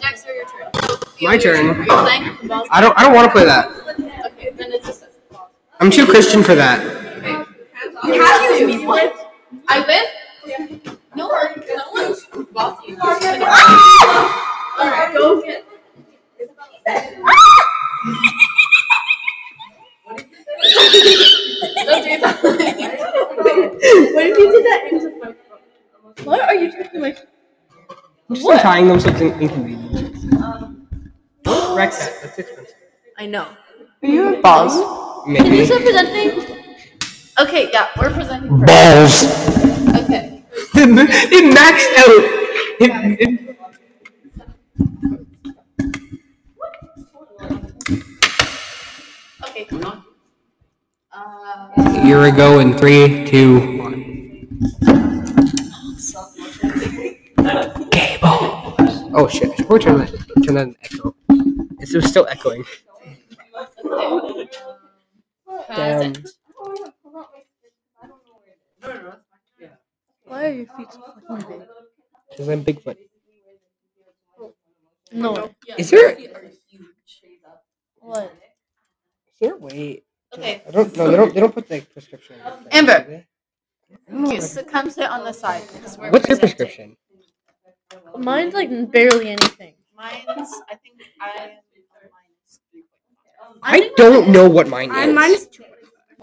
Dexter, your turn. My Are turn. you playing? The ball's- I don't. I don't want to play that. Okay, then it's just. I'm too Christian for that. You have to be one. I win? No one, no one's bossy. you. Alright, go get. Don't do that. What if you did that into the microphone? What are you doing to my I'm just tying them so it's in- inconvenient. Rex that. That's expensive. I know. Balls. Can you Maybe. start presenting? Okay, yeah, we're presenting first. Balls. Okay. it maxed out. It, it, Okay, come on. Uh, a year ago in three, two, one. Gable. Oh shit! I should probably turn that. Turn that an echo. It's, it was still echoing. okay. Damn. Present. Why are your feet so fucking big? Cause I'm Bigfoot. No. Is there? Is What? there? Wait. Okay, I don't. No, they don't. They don't put the prescription. in the Amber. thing, do you sit, come sit on the side. 'cause they? we're What's your presenting. prescription? Mine's like barely anything. Mine's, I think I. I don't know what mine is. I'm minus two.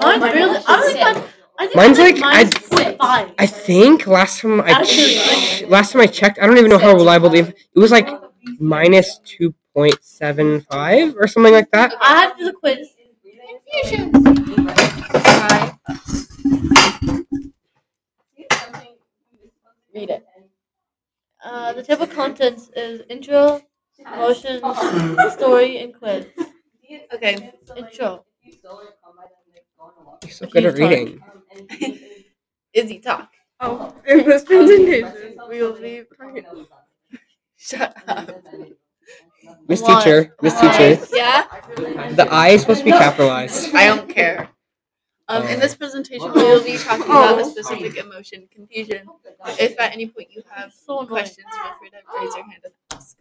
Mine's barely. I don't think mine. I think Mine's like, like- mine's I- like five. I think last time I Actually, ch- last time I checked, I don't even know how reliable they. It was like minus two point seven five or something like that. I had to do the quiz. Confusion. Read it. Uh, the table of contents is intro, emotions, story, and quiz. Okay. Intro. You're so good at reading. Izzy, talk. Oh, in this presentation, we will be talking. Shut up. Miss Why? Teacher, Miss Why? Teacher, Yeah? the I is supposed to be capitalized. I don't care. Um, in this presentation, we will be talking about a specific emotion, confusion. If at any point you have So annoying. questions, feel free to raise your hand and ask.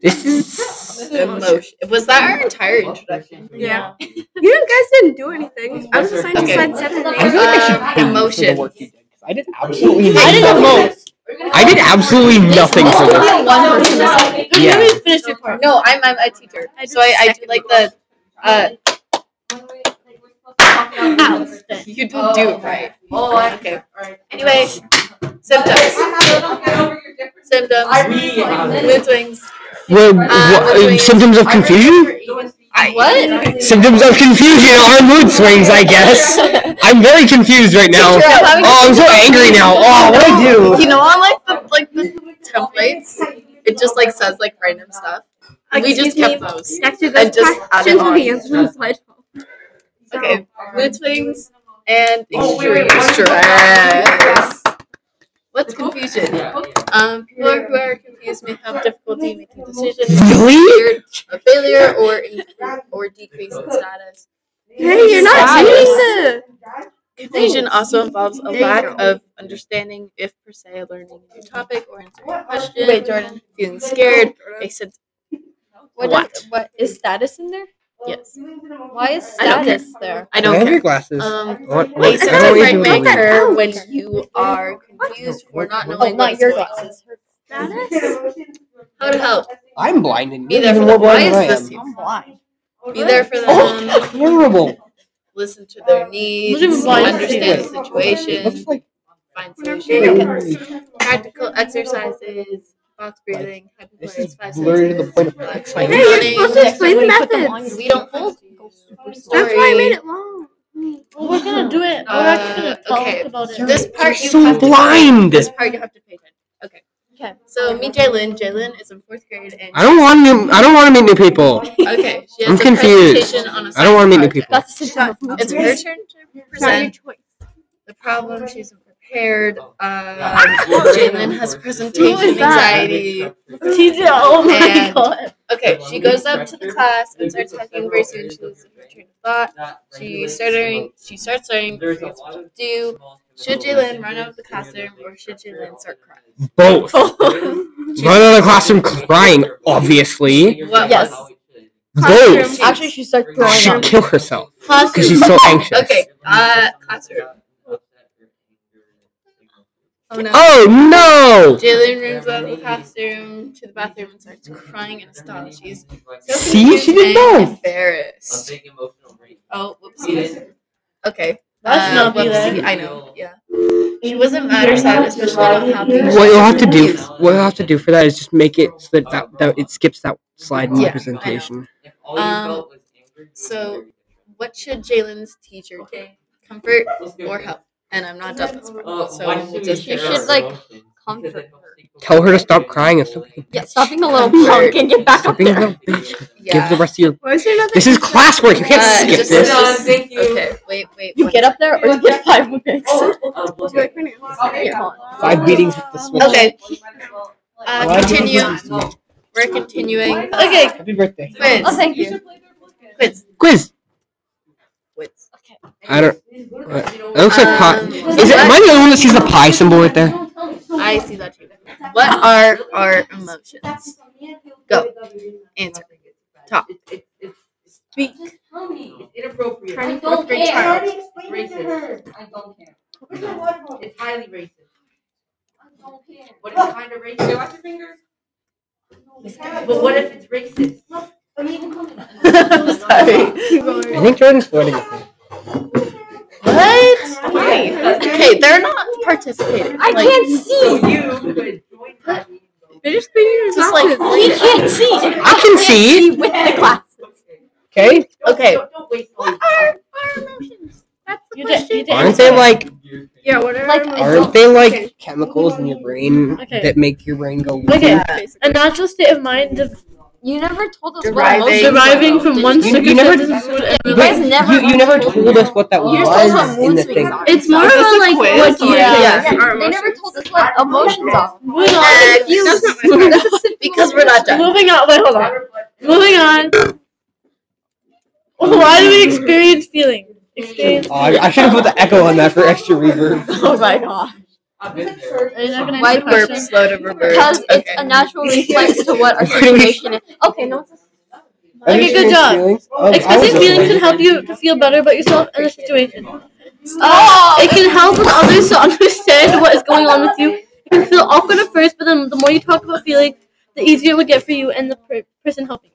This is Emotion. Was that our entire introduction? Yeah. You guys didn't do anything. I was assigned to Okay. slide seven and I feel eight. like I should Um, pay you Uh, for the emotion. work you did, 'cause I did absolutely I did the nothing. most. I did absolutely nothing for this. one person You Yeah. haven't even finished your part. No, I'm, I'm a teacher. So I, I do like the. Uh, Ow. uh, you didn't do it right. Oh, okay. Anyway, symptoms. Symptoms. Mood swings. Well, Uh, wha- symptoms of confusion. What? Symptoms of confusion are mood swings, I guess. I'm very confused right now. Teacher, I'm having- Oh, I'm so angry now. Oh, what I do? You know, on like the like the templates, it just like says like random stuff. we just kept those. Actually, I those just added questions will on. be answered on slide twelve. Okay, mood swings and Oh, wait, wait, extreme wait. stress. What's confusion? Um, people who are confused may have difficulty making decisions, Really? a failure or in, or decrease in status. Hey, you're not Sad. reading Confusion also involves a There you lack go. of understanding, if per se learning a new topic or answering a question. Wait, Jordan. Feeling scared, a sense What? What? Is, what is status in there? yes. Why is I don't care. status there? I Do I don't have your care. glasses? Um, What- what- Wait, I so don't it's really like do it. make her when What? you are confused for not What? Oh, knowing not what's your going on. glasses. the How to help? I'm blind and Be you're there for even them. more Why blind than I is this? Um, am. you? blind. Be there for them. Oh, horrible. Listen to their needs. Look at the blind Understand the person. situation. Looks like Find Yeah. solutions. Oh. notes. Practical exercises. Box breathing. hypnotise, this is five blurry to the senses, point of relax, Hey, excitement. you're running. supposed to explain the methods. We don't hold. That's why I made it long. Well, we're gonna do it. We're actually gonna Uh, talk okay. about it. This I'm part you so have to- blind. This part you have to pay attention. Okay. Okay. So meet Jalen. Jalen is in fourth grade and I don't want new. I don't want to meet new people. Okay. She has I'm a confused. presentation on a I don't want to meet new science people. That's the system of project. It's her turn to present. the problem. She's unprepared. Um, Jalen has presentation Who is that? anxiety. TJ, oh my And- god. Okay, she goes up to the class and starts talking very soon. She loses her train of thought. Not She regulate starting. smoke. She starts learning. There's a things lot of to Do small should chemical Jalen run out of the residues in classroom the or should structure Jalen start of crying? Both. Both. Run out of the classroom crying, obviously. Well, yes. Both. Actually, she started She throwing should up. kill herself. Classroom. Because she's so anxious. Okay, uh, classroom. Oh no. Oh no! Jalen runs out of the classroom to the bathroom and starts crying in a stall. She's so See? She confused did and both. Embarrassed. Oh, whoopsies. Okay. That should uh, not be whoopsie. there. I know. Yeah. She wasn't mad or sad, especially about how big. What you'll have to do, what you'll have to do for that is just make it so that, that, that it skips that slide in Yeah, the presentation. Um, so- What should Jalen's teacher do? Comfort or help? And I'm not done this part. So we'll just You should, like, comfort her. Tell her to stop crying and stop Yeah, stop being a little Comfort. punk and get back Stop up being there. a little bitch. yeah. Give the rest of your. Why is there another? This is classwork. You can't Uh, skip just- this. no, thank Okay. Wait. Wait. You one get up there or you get five minutes. Would you like my name? Five beatings with the switch. Okay. Why Uh, do you continue. do this? We're continuing. Okay, Happy birthday. Quiz. oh, thank you. Quiz. Quiz. Quiz. I don't. What? It looks like pie. Um, Is it? Am I the only one that sees the pie symbol right there? I see that too. What are our emotions? Go. Answer. Talk. Speak. Tell me, it's inappropriate. Turning I don't fourth grade care. I child. already explained it to her. I don't care. It's highly racist. I don't care. What is kind of racist? Watch your fingers. But what if it's racist? I'm sorry. I think Jordan's floating. What? Okay, they're not participating. I Like, can't see. So you could join that meeting. They're just being Just like obnoxious. he can't see. I can see. with the class. Okay. Okay. Don't, don't waste all your are our emotions? That's the You did. You question. did. Aren't they like? Yeah, what are Like, our I Aren't emotions? they like chemicals in your brain Okay. that make your brain go? Okay. Basically. A natural state of mind. Of, you never told us Deriving. what emotion Deriving from one You- you never- You But guys never. You, you never told us what that You just told us was what in mood the swings thing. are. It's more Is about this a like quiz? what you Yeah. Yeah. Our They never emotions. told us what emotions are. Moving Uh, on. That's not my Moving fault. because we're not done. on. Wait, hold on. Moving on. Why do we experience feeling? Experience. Oh, I, I should have put the echo on that for extra reverb. Oh my god. I've been there. Are you not gonna Why answer the question? burp slow to reverse? Because it's Okay. a natural reflex to what our situation is. Okay, no one's Are you Okay, sure good job. feelings? Oh, I was Expressing feelings okay. can help you to feel better about yourself and the situation. Uh, Oh! It can help with others to understand what is going on with you. It can feel awkward at first, but then the more you talk about feeling, the easier it would get for you and the per- person helping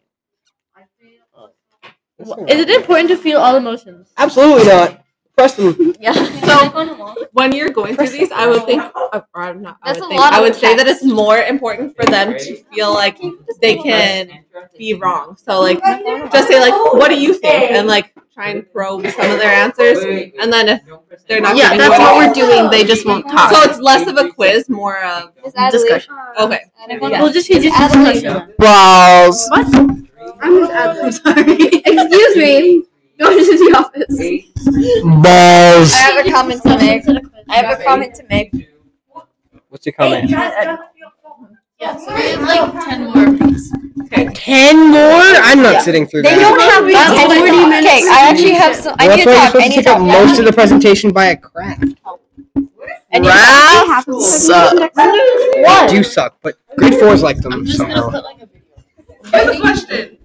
you. Is it important to feel all emotions? Absolutely not. Preston, Yeah. So, when you're going through these, I would think, or I'm not, I That's would, a think, lot I of would say that it's text. more important for them to feel like they can be wrong. So, oh, like, just say, like, what do you think? And, like, try and probe some of their answers. And then if they're not Yeah, giving that's you what any- we're doing. They just won't talk. So it's less of a quiz, more of, Discussion. okay. We'll just change it to Adelaide. discussion. balls. I'm just I'm ad sorry. Excuse me. Go into the office. Balls. I have a comment to make. I have a comment to make. What's your comment? Yeah, so we have like 10 more piece. Ten more? I'm not Yeah. sitting through They that. don't have That's ten 40 minutes. minutes. Okay, I actually have some. I Well, need that's to why you're supposed talk. I to need take up most of the presentation by a craft. I need Ralph suck. What? Do suck, but grade fours like them I'm just gonna somehow. put like a video. question.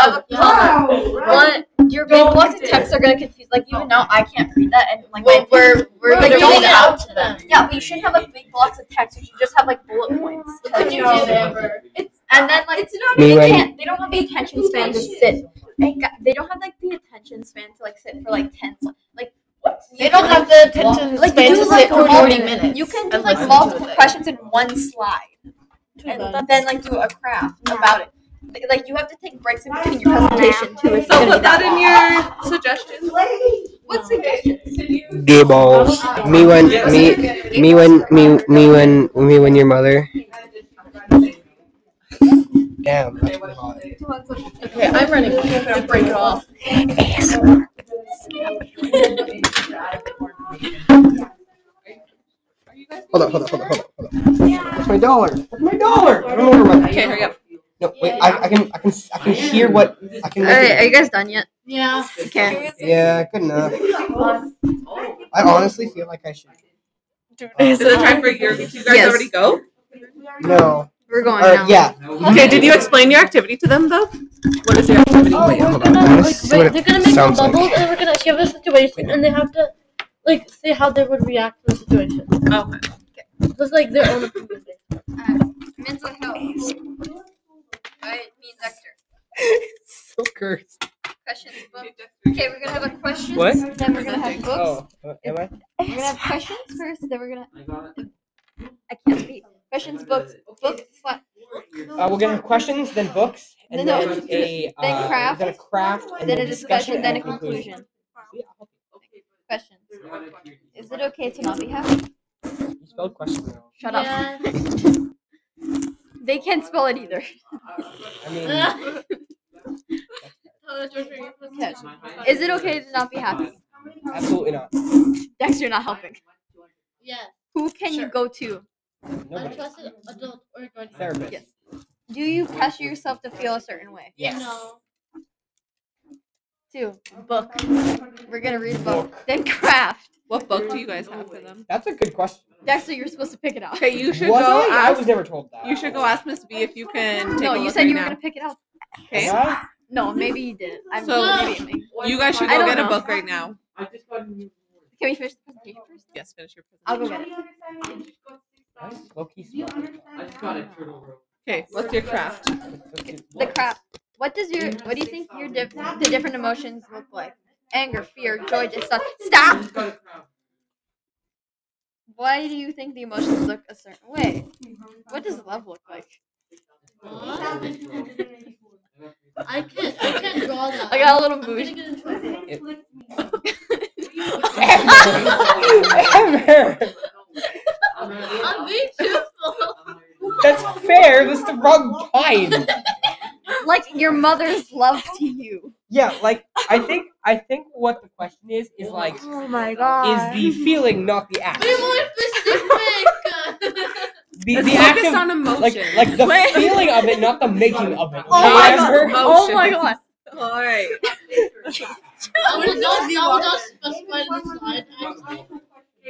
Of What? Your big blocks of text are gonna confuse. Like even now, I can't read that, and like Well, we're we're Like, gonna don't read it get out to them. yeah, but you shouldn't have like big blocks of text. You should just have like bullet points. Could you do that? It's and then like it's not Me they when- can't they don't have the attention span to sit. They, got, they don't have like the attention span to like sit for like ten se- like what They don't have the attention like span you to do, sit like, for 40 multiple- minutes. You can do and like listen to multiple it. questions in one slide and bad. then like do a craft about it. Like- Like you have to take breaks in between your presentation too. If So you're gonna put be that that in long. your suggestions. What suggestions? Gay balls. Me when me me when me me when me when your mother. Damn. that's too hot. Okay, I'm running. I'm gonna break it off. Hold up, hold up, hold up, hold up, hold up. That's my dollar. That's my dollar. I don't know where my. Okay, hurry up. No, wait. I, I can, I can, I can hear what I can. All right, are you guys done yet? Yeah. Okay. Yeah, good enough. I honestly feel like I should. Is it time for your? Did you guys Yes. already go? No. We're Or, going Oh, now. yeah. Okay. Did you explain your activity to them though? What is your activity? Oh, Wait, we're hold gonna on. like, Let's see wait, what they're gonna make a sounds like. bubble and we're gonna give a situation and they have to like say how they would react to the situation. Okay. Just like their own opinion. Mental health. I mean, Dexter. So cursed. Questions, book. Okay, we're gonna have a questions. What? Then we're gonna have books. Oh, am I? We're gonna have questions first. Then we're gonna. I can't speak. Questions, books, books. sla- Uh, we're gonna have questions, then books, and Then then a uh, then craft, then a craft, and Then a discussion, then a conclusion. Yeah, I'll help Questions. Is it okay to not be happy? you. You spelled question wrong. Shut up. They can't spell it either. I mean, Okay. Is it okay to not be happy? absolutely not. Dexter, not helping. Yeah. Who can you Sure. go to? Nobody. adult or Therapist. Yes. Do you pressure yourself to feel a certain way? Yes. Two. Book. We're gonna read a book. Then craft. What book do you guys have for them? That's a good question. Dexter, you're supposed to pick it out. Okay, you should was go I? I was ask. never told that. You should go ask Miss B if you can. Take No, a you look said right you were now. gonna pick it out. Okay. Am I? No, maybe you did. I'm So- maybe it may- You guys should I go don't get a know. book right now. I just got a new board. Can we finish the presentation first? Yes, finish your I'll presentation. go get it. Why is Loki smiling? I just got a turtle rope. Okay, what's your craft? The crap. What does your what do you think your diff- the different emotions look like? Anger, fear, joy, disgust. I Stop! just got a crown. Why do you think the emotions look a certain way? What does love look like? I can't. I can't draw that. I got a little mood. I'm being truthful. That's fair. That's the wrong time. Like your mother's love to you. Yeah, like I think I think what the question is is like is Oh my the feeling not the act. specific. The, Let's the act focus of on emotion. like like the feeling of it, not the making of it. Oh my okay? God. Amber? Oh my god. All right. I would not. I would not specify the side. actually.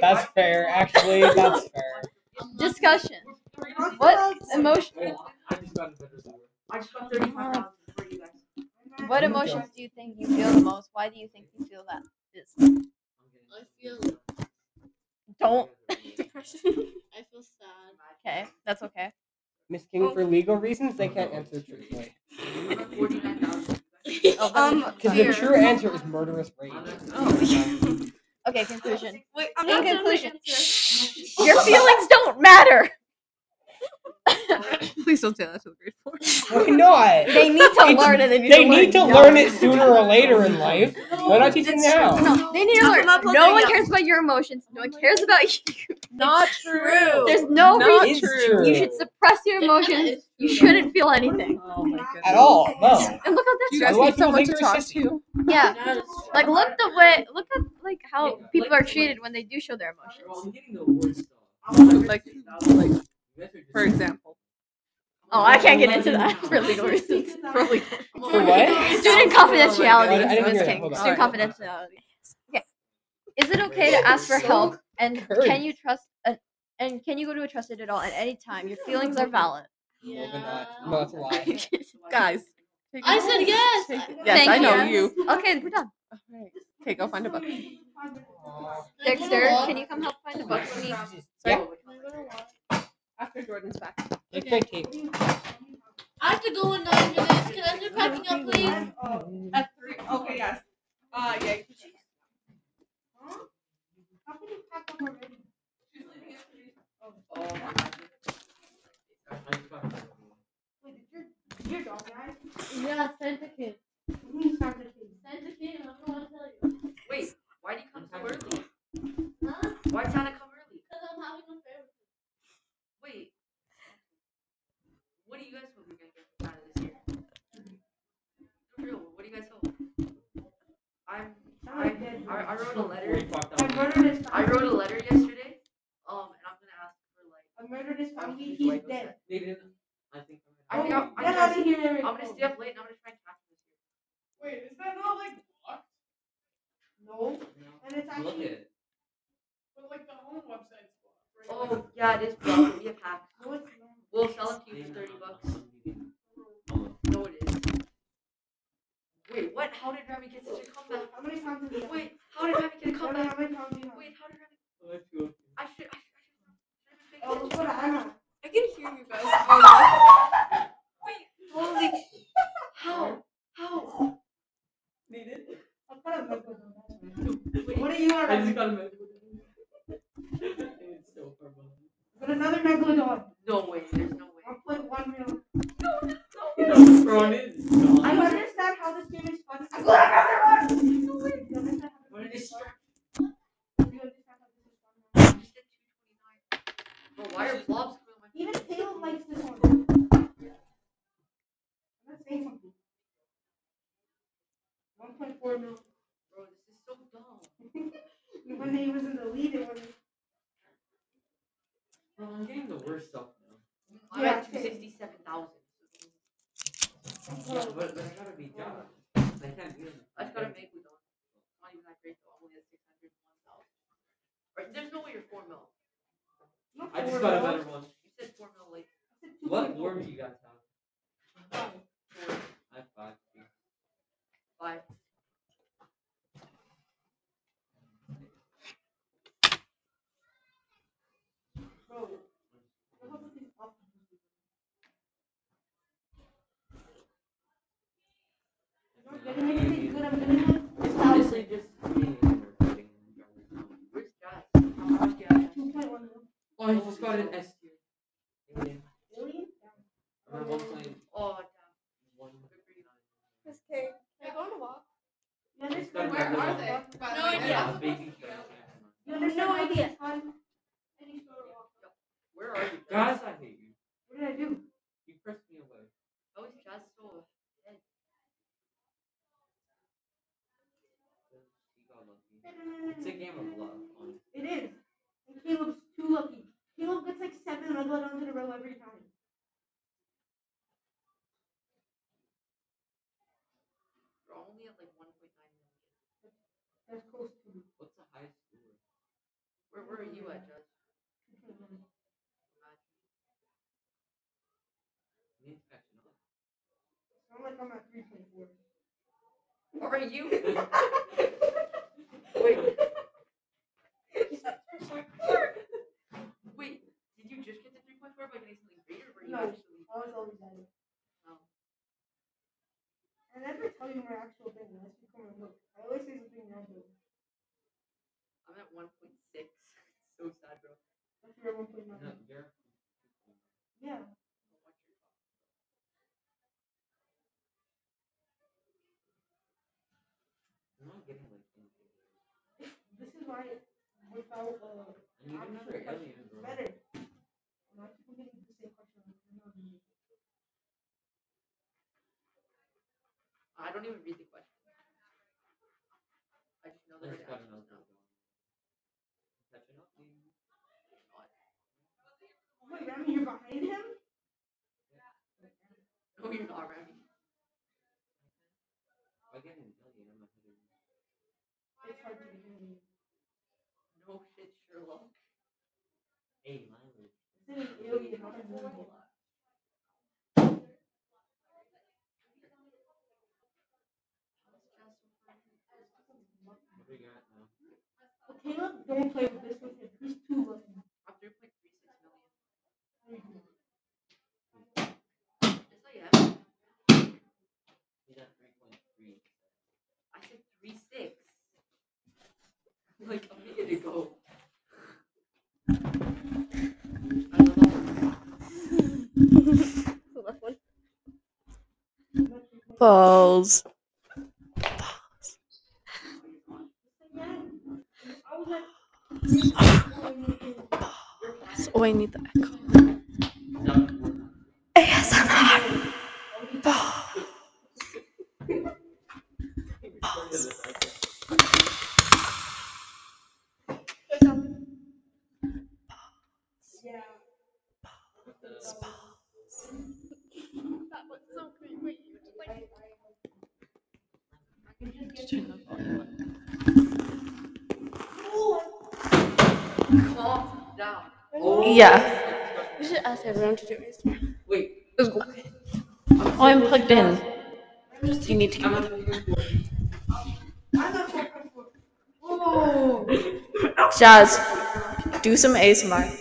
That's fair. Actually, that's fair. I'm not- Discussion. What emotion? Oh, I just got a better board. I just got thirty-five thousand for you guys. Oh What emotions do you think you feel the most? Why do you think you feel that? This. I feel. Oh, Don't. I feel sad. Okay, that's okay. Miss King, for legal reasons, they can't answer truthfully. Forty-nine thousand. Um. Because the true answer is murderous rage. Okay. Conclusion. Wait, In conclusion, your feelings don't matter. Please don't say that to the grade four. Why not? They need to It's- learn and they need They to need to learn. learn it sooner or later in life. Why not teach it It's now? No, they need to Toughen learn. up, let's No hang one out. cares about your emotions. No one cares about you. Oh Not true. There's no Not reason. It's true. true. You should suppress your emotions. You shouldn't feel anything. Oh my goodness. At all, no. And look at You this. guys need Otherwise people someone think to you're a talk sissy. to. Yeah. Yes. Like look the way. Look at like how people are treated when they do show their emotions. Like, like, for example, Oh, I can't get into that for legal reasons. for like For what? Student I didn't- I confidentiality. didn't Miss hear that. King. Hold on. Student Alright. confidentiality. Okay. Is it okay to ask for help? And can Courage. you trust? An, and can you go to a trusted adult at any time? Your feelings are valid. No, they're Yeah. not. No, that's a lie. guys. take I it. said yes. yes. Thank I know you. you. Okay, we're done. Okay, go find a book. Dexter, can you come help find a book for me? Yeah. After Jordan's back. Like, thank you. I have to go in nine minutes. Can I start packing up, please? At three. Okay, yes. Uh, yeah. you can choose. Yeah, Santa came. Santa came. I don't know what to tell you. Wait, why do you come so early? Huh? Why can't I come early? Because I'm having a fair. Wait. What do you guys hope you're gonna get out of this year? For real, what do you guys hope? I'm, I, I, I wrote a letter. I wrote a letter yesterday. Um, and I'm gonna ask for like. They didn't. I think. Oh, I'm gonna- I think I'm, I'm, gonna, I'm gonna stay up late and I'm gonna try and catch this year. Wait, is that not like No. And it's Look actually, at. but like the home website's blocked. right? Oh yeah, it is blocked. We have hacked. No, it's not. We'll sell it to you for thirty bucks. No, it is. Wait, what? How did Remy get such a comeback? How many times have you done it? Wait, how did Remy get a How many- comeback? how many times have you done it? Wait, how did Remy? I should. I should. I Oh, should look what I know. I can hear you guys. Oh, Holy. sh- How? How? I'll put a medical down there. Wait. What do you want? But another megalodon. No way. There's no way. I'll play one real. I I don't was. understand how this game is fun. I'm glad I got that one. You understand how What this is game is fun? You understand how this is fun? But why are blobs coming Even Taylor likes this one. I'm not saying something. 1.4 mil. Bro, this is so dumb. When he was in the lead, it was. Bro, I'm getting the worst stuff now. I'm Yeah, at okay. 267,000. Yeah, but that's gotta be done. I can't do it. I just gotta make with all- Not even that great though. I Only at 601,000. Right, there's no way you're 4 mil. Not I four just got a mil. better one. You said 4 mil late. What orb you guys have? 4, I have five. 5. Bro, what about these up- I'm not getting anything good. I'm getting like It's honestly just me and her fighting and driving around. Where's Jazz? How much Jazz? 2.1 Oh, I just got an S tier. Yeah. million. I remember one time, Oh, damn. one Good for you. okay. Can I go on a walk? You understand? Where how are this they? is fun? No idea. a baby girl. You understand No how this idea. is fun? And you sort of walk. Where are you? Guys, I hate you. What did I do? You pressed me away. How is Jazz so. You got lucky. It's a game of love, honestly. It is. And Caleb's too lucky. Caleb gets like seven megalodons in a row every time. You're only at like 1.9 million. That's close to me. What's the highest orb? Where, where are you at, Jazz? I need to catch another. It's not like I'm at 3.4. Or are you? Wait. Wait, did you just get the 3.4 by getting something greater? Or were you No. actually. I was always at it. Oh. I never tell you my actual thing unless you come and look. I always say something random. I'm at 1.6. so sad, bro. That's your 1.9. No, you're. Yeah. I'm not getting like anything. This is why without uh, I need option another question, alien, it's bro. better. Why people getting the same question? I'm not doing it. I don't even read the question. I just know I that just it got another actually is not. one. Catch another one. Mm, Wait, Rami, you're behind him? No, you're not, Remy. If I get an alien, I'm ahead of you. It's hard to do. No shit, Sherlock. Hey, mileage. This is an alien, not a normal. What do you got now? Well, Caleb, don't play with this one. here. He's too lucky. I'm 3.36 million. Yes, I am. He's at three point three. I said three six. Like a minute ago. I don't know. Balls. Oh, I need the echo. ASMR. Turn the volume up. Yeah. We should ask everyone to do it. Wait. Oh, I'm plugged in. Do you need to I'm come? on the Jazz, do some ASMR.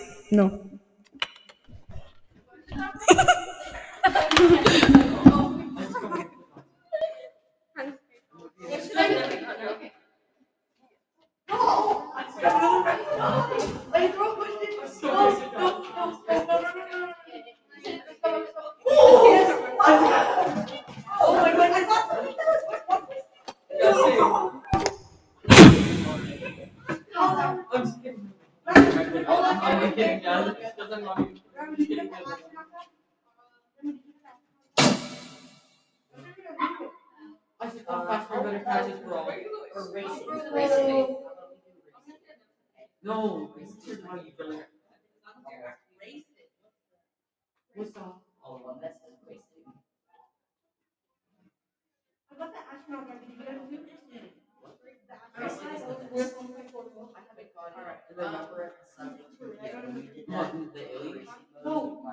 I'm just kidding. I'm kidding. Jazz. It doesn't matter. I'm just kidding. I should go faster, better catches for all. Or racing. Racing. No, racing is how you burn. What's that? Oh, well, that's just racing. Alright, and Um, then remember. Martin, the aliens. No.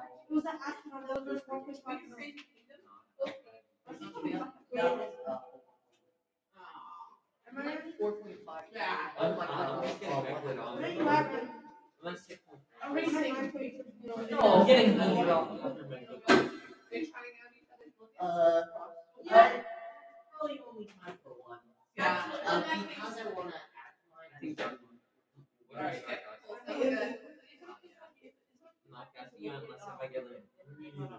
Four point five. I'm like, Uh-huh. I'm just getting back lit on. I'm at six point. Oh, I'm getting beat up. Uh. Yeah. Probably only time for one. Yeah. Um, because I wanna act mine. I think that one. Alright. Not that, yeah, unless if I get like really wet.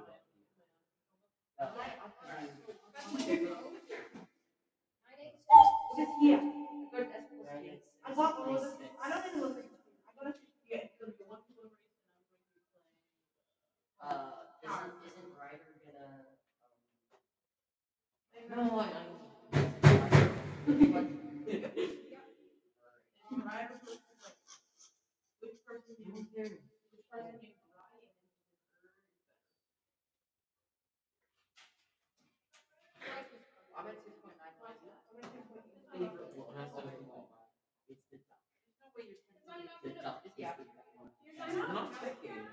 I want one of those- I don't even look like. I gotta yeah, it's gonna be one people over. Uh, isn't, isn't Ryder um, gonna? um, No, I. It's the duck. The duck is the one. I'm not tricking.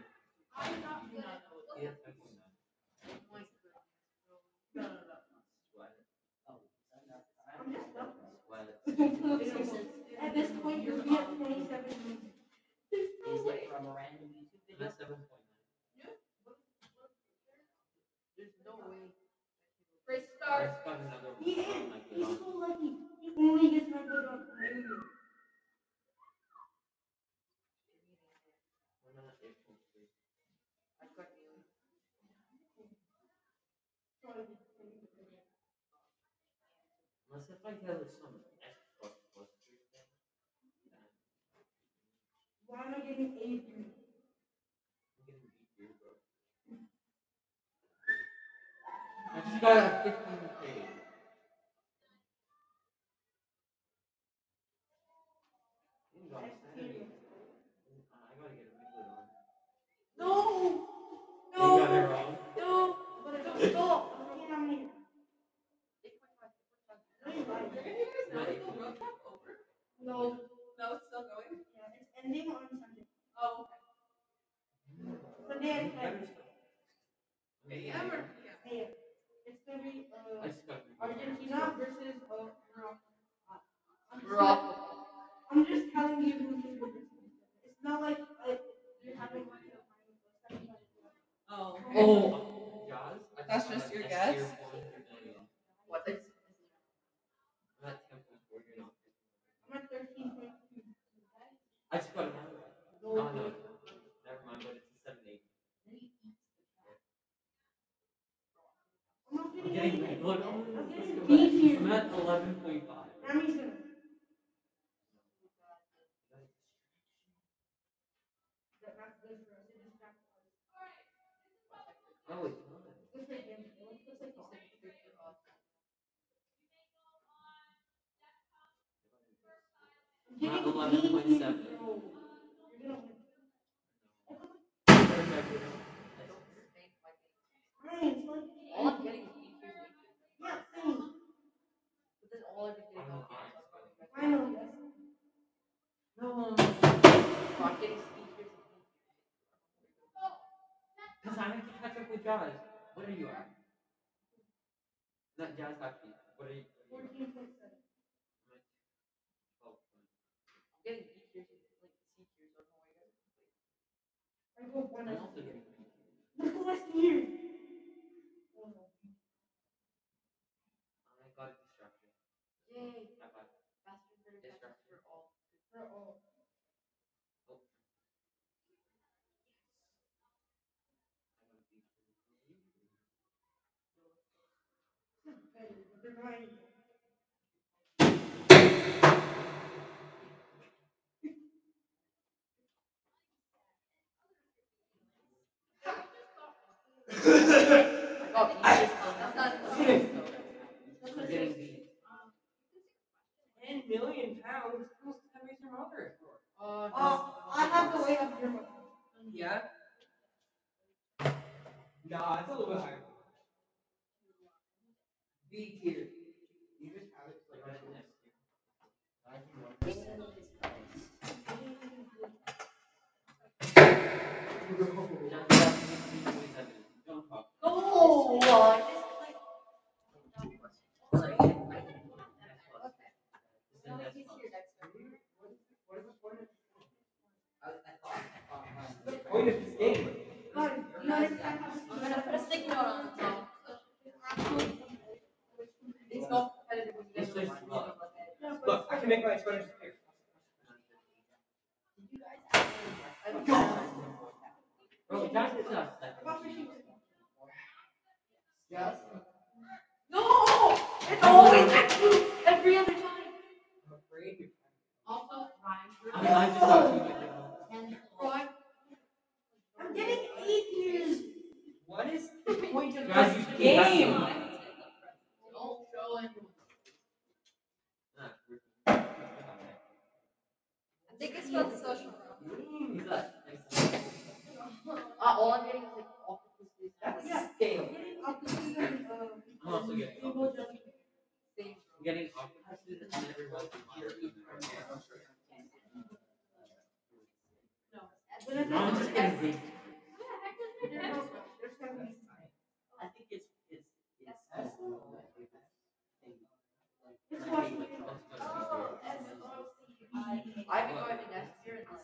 At this point, you'll be at twenty-seven. He is, he's so lucky. He only gets my vote on. Unless if I tell her some Xbox buster thing. Why am I getting eight? I'm getting beat here, bro. I just got a fifteen K. Things on Saturday. I gotta get a record on. No, You got it no, wrong. no, but I don't stop. No. No, it's still going? Yeah, it's ending on Sunday. Oh. Sunday at Better ten. stuff. AM or PM? AM. It's gonna be, I uh, just got. a record. Argentina versus, uh, Morocco. I'm just- Morocco. I'm just telling you who can win. It's not like, uh, you haven't. Oh. Oh. Jazz? I That's got just an your S guess? tier one through nine. What is? I'm at 10.4, you're not. I'm at thirteen point two. I just got another one. Oh, no. Never mind, but it's a seven eight. I'm not I'm getting getting, anything. look, I'm let's getting beat go back. here. I'm at eleven point five. That means that- that that's good for us. It is back. Oh, it's Looks like him. It looks like he's- not. Not eleven point seven. All I'm getting is EQ. Yeah, same. But then all I'm getting. Oh, I know, yes. No. I'm getting Not Jazz got feet. What are you? what are you- Fourteen point seven. I'm at 12. I'm getting E tiers, like C tiers. I don't know why you guys are I go one. complaining. I'm also getting E tiers. Look at last year. Oh no. I got distracted. Yay. I got Faster for distracted. for all. They're all. Oh. This is better, but they're not equal. I got B tiers. That's not I'm getting B. Ten million pounds. Who's the Henry Sir Mother? Oh, Oh, I have to wait up your money. Yeah? Nah, it's a little bit higher. B tier. You just have it like right next to you. I can one percent. Don't talk. Go. Oh, I just Point of this game. I'm gonna put a sticky note on the top. It's not competitive when you It's guys are just like, luck. "Oh, okay." Look, I can make my sweater disappear. I don't know. Bro, Josh is not that. Yes. No! It's always at you every other time. I'm afraid you're. Also, I Ryan. mean, I just thought you would know. Ryan. I'm getting eight years. What is the point of Guys, this you game? have Don't show anyone. I think it's about the social Mm, is that- Uh, all I'm getting is like octopus face. That's Yeah. I'm scale. getting up to the, uh, I'm also getting people octopus. judging. thing. I'm getting octopuses and everyone's here. But I think- I'm just gonna be. There's gonna be- I think it's, it's, it's. It's Washington. Oh, E. I've been going to death here and like,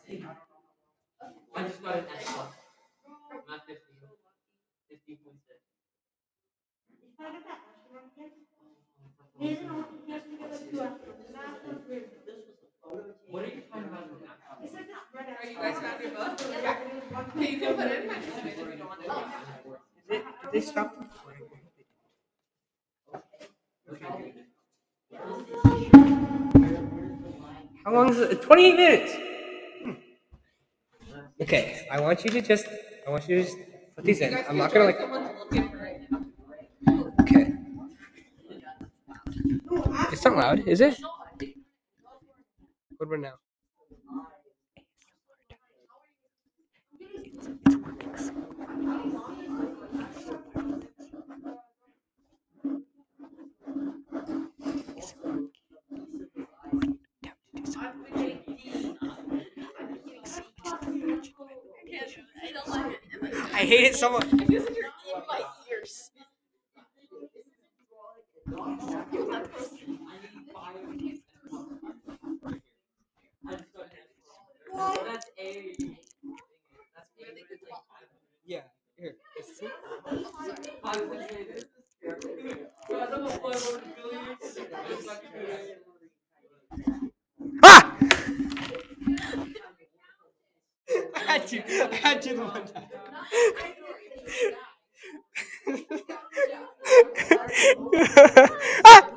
I I don't know. just got an S plus. Not fifteen. Fifteen point six. If I get that astronaut again, there's an option just to get us two astronauts. An astronaut grid. What are you talking about in that? It's like that red Are you guys astronaut. not your book? Yeah. You can put it in my if you don't want to. Did they stop the recording? Okay, How long is it? 28 minutes. Hmm. Okay, I want you to just, I want you to just put these in. I'm not gonna like. Okay. It's not loud, is it? What about now? I don't like it. I hate it so much. It feels like you're in my ears. What? That's A. That's A. Yeah. Here. Just sit. I would say this. Guys, I'm a five hundred billion. Just like you guys. Ah! I had to. I had to the one time. Ah!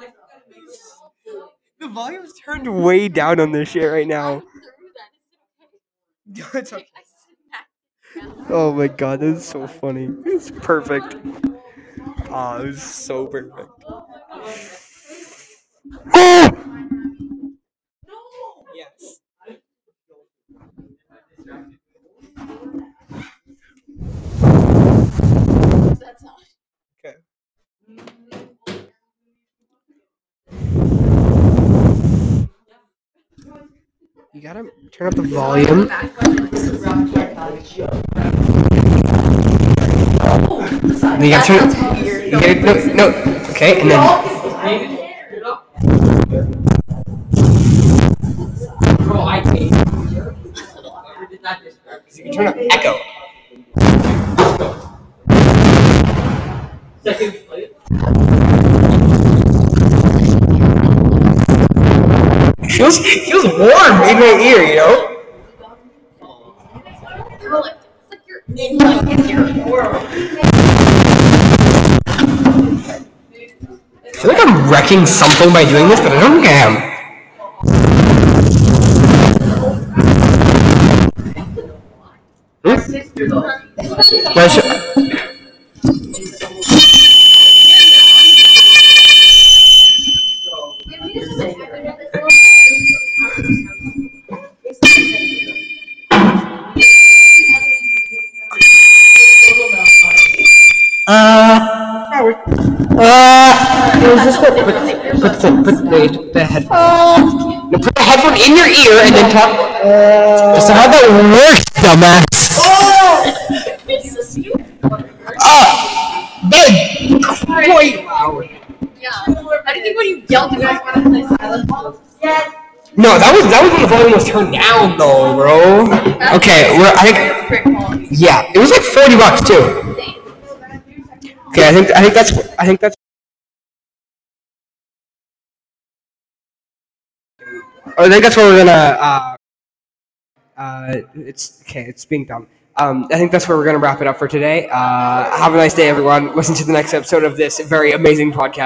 The volume's turned way down on this shit right now. It's okay. Oh my god, that is so funny. It's perfect. Ah, it was so perfect. yes. That's not. You gotta turn up the volume. You gotta turn. No, Okay, and then Bro, I hate you. did not describe you can turn up echo. Seconds later. It feels it feels warm in my ear, you know. I feel like I'm wrecking something by doing this, but I don't think I am. Yeah, sure. Uh, uh, it was just what, put, put the, put, wait, the headphone. No, put the headphone in your ear and then talk. That's not how that works, dumbass. Ah, that quite loud. I think when you yelled, you guys wanted to play silent. No, that was that was when the volume was turned down though, bro. Okay, we're I think yeah, it was like forty bucks too. Okay, I think I think that's I think that's. I think that's where we're gonna. Uh, uh, it's okay. It's being dumb. Um, I think that's where we're gonna wrap it up for today. Uh, have a nice day, everyone. Listen to the next episode of this very amazing podcast.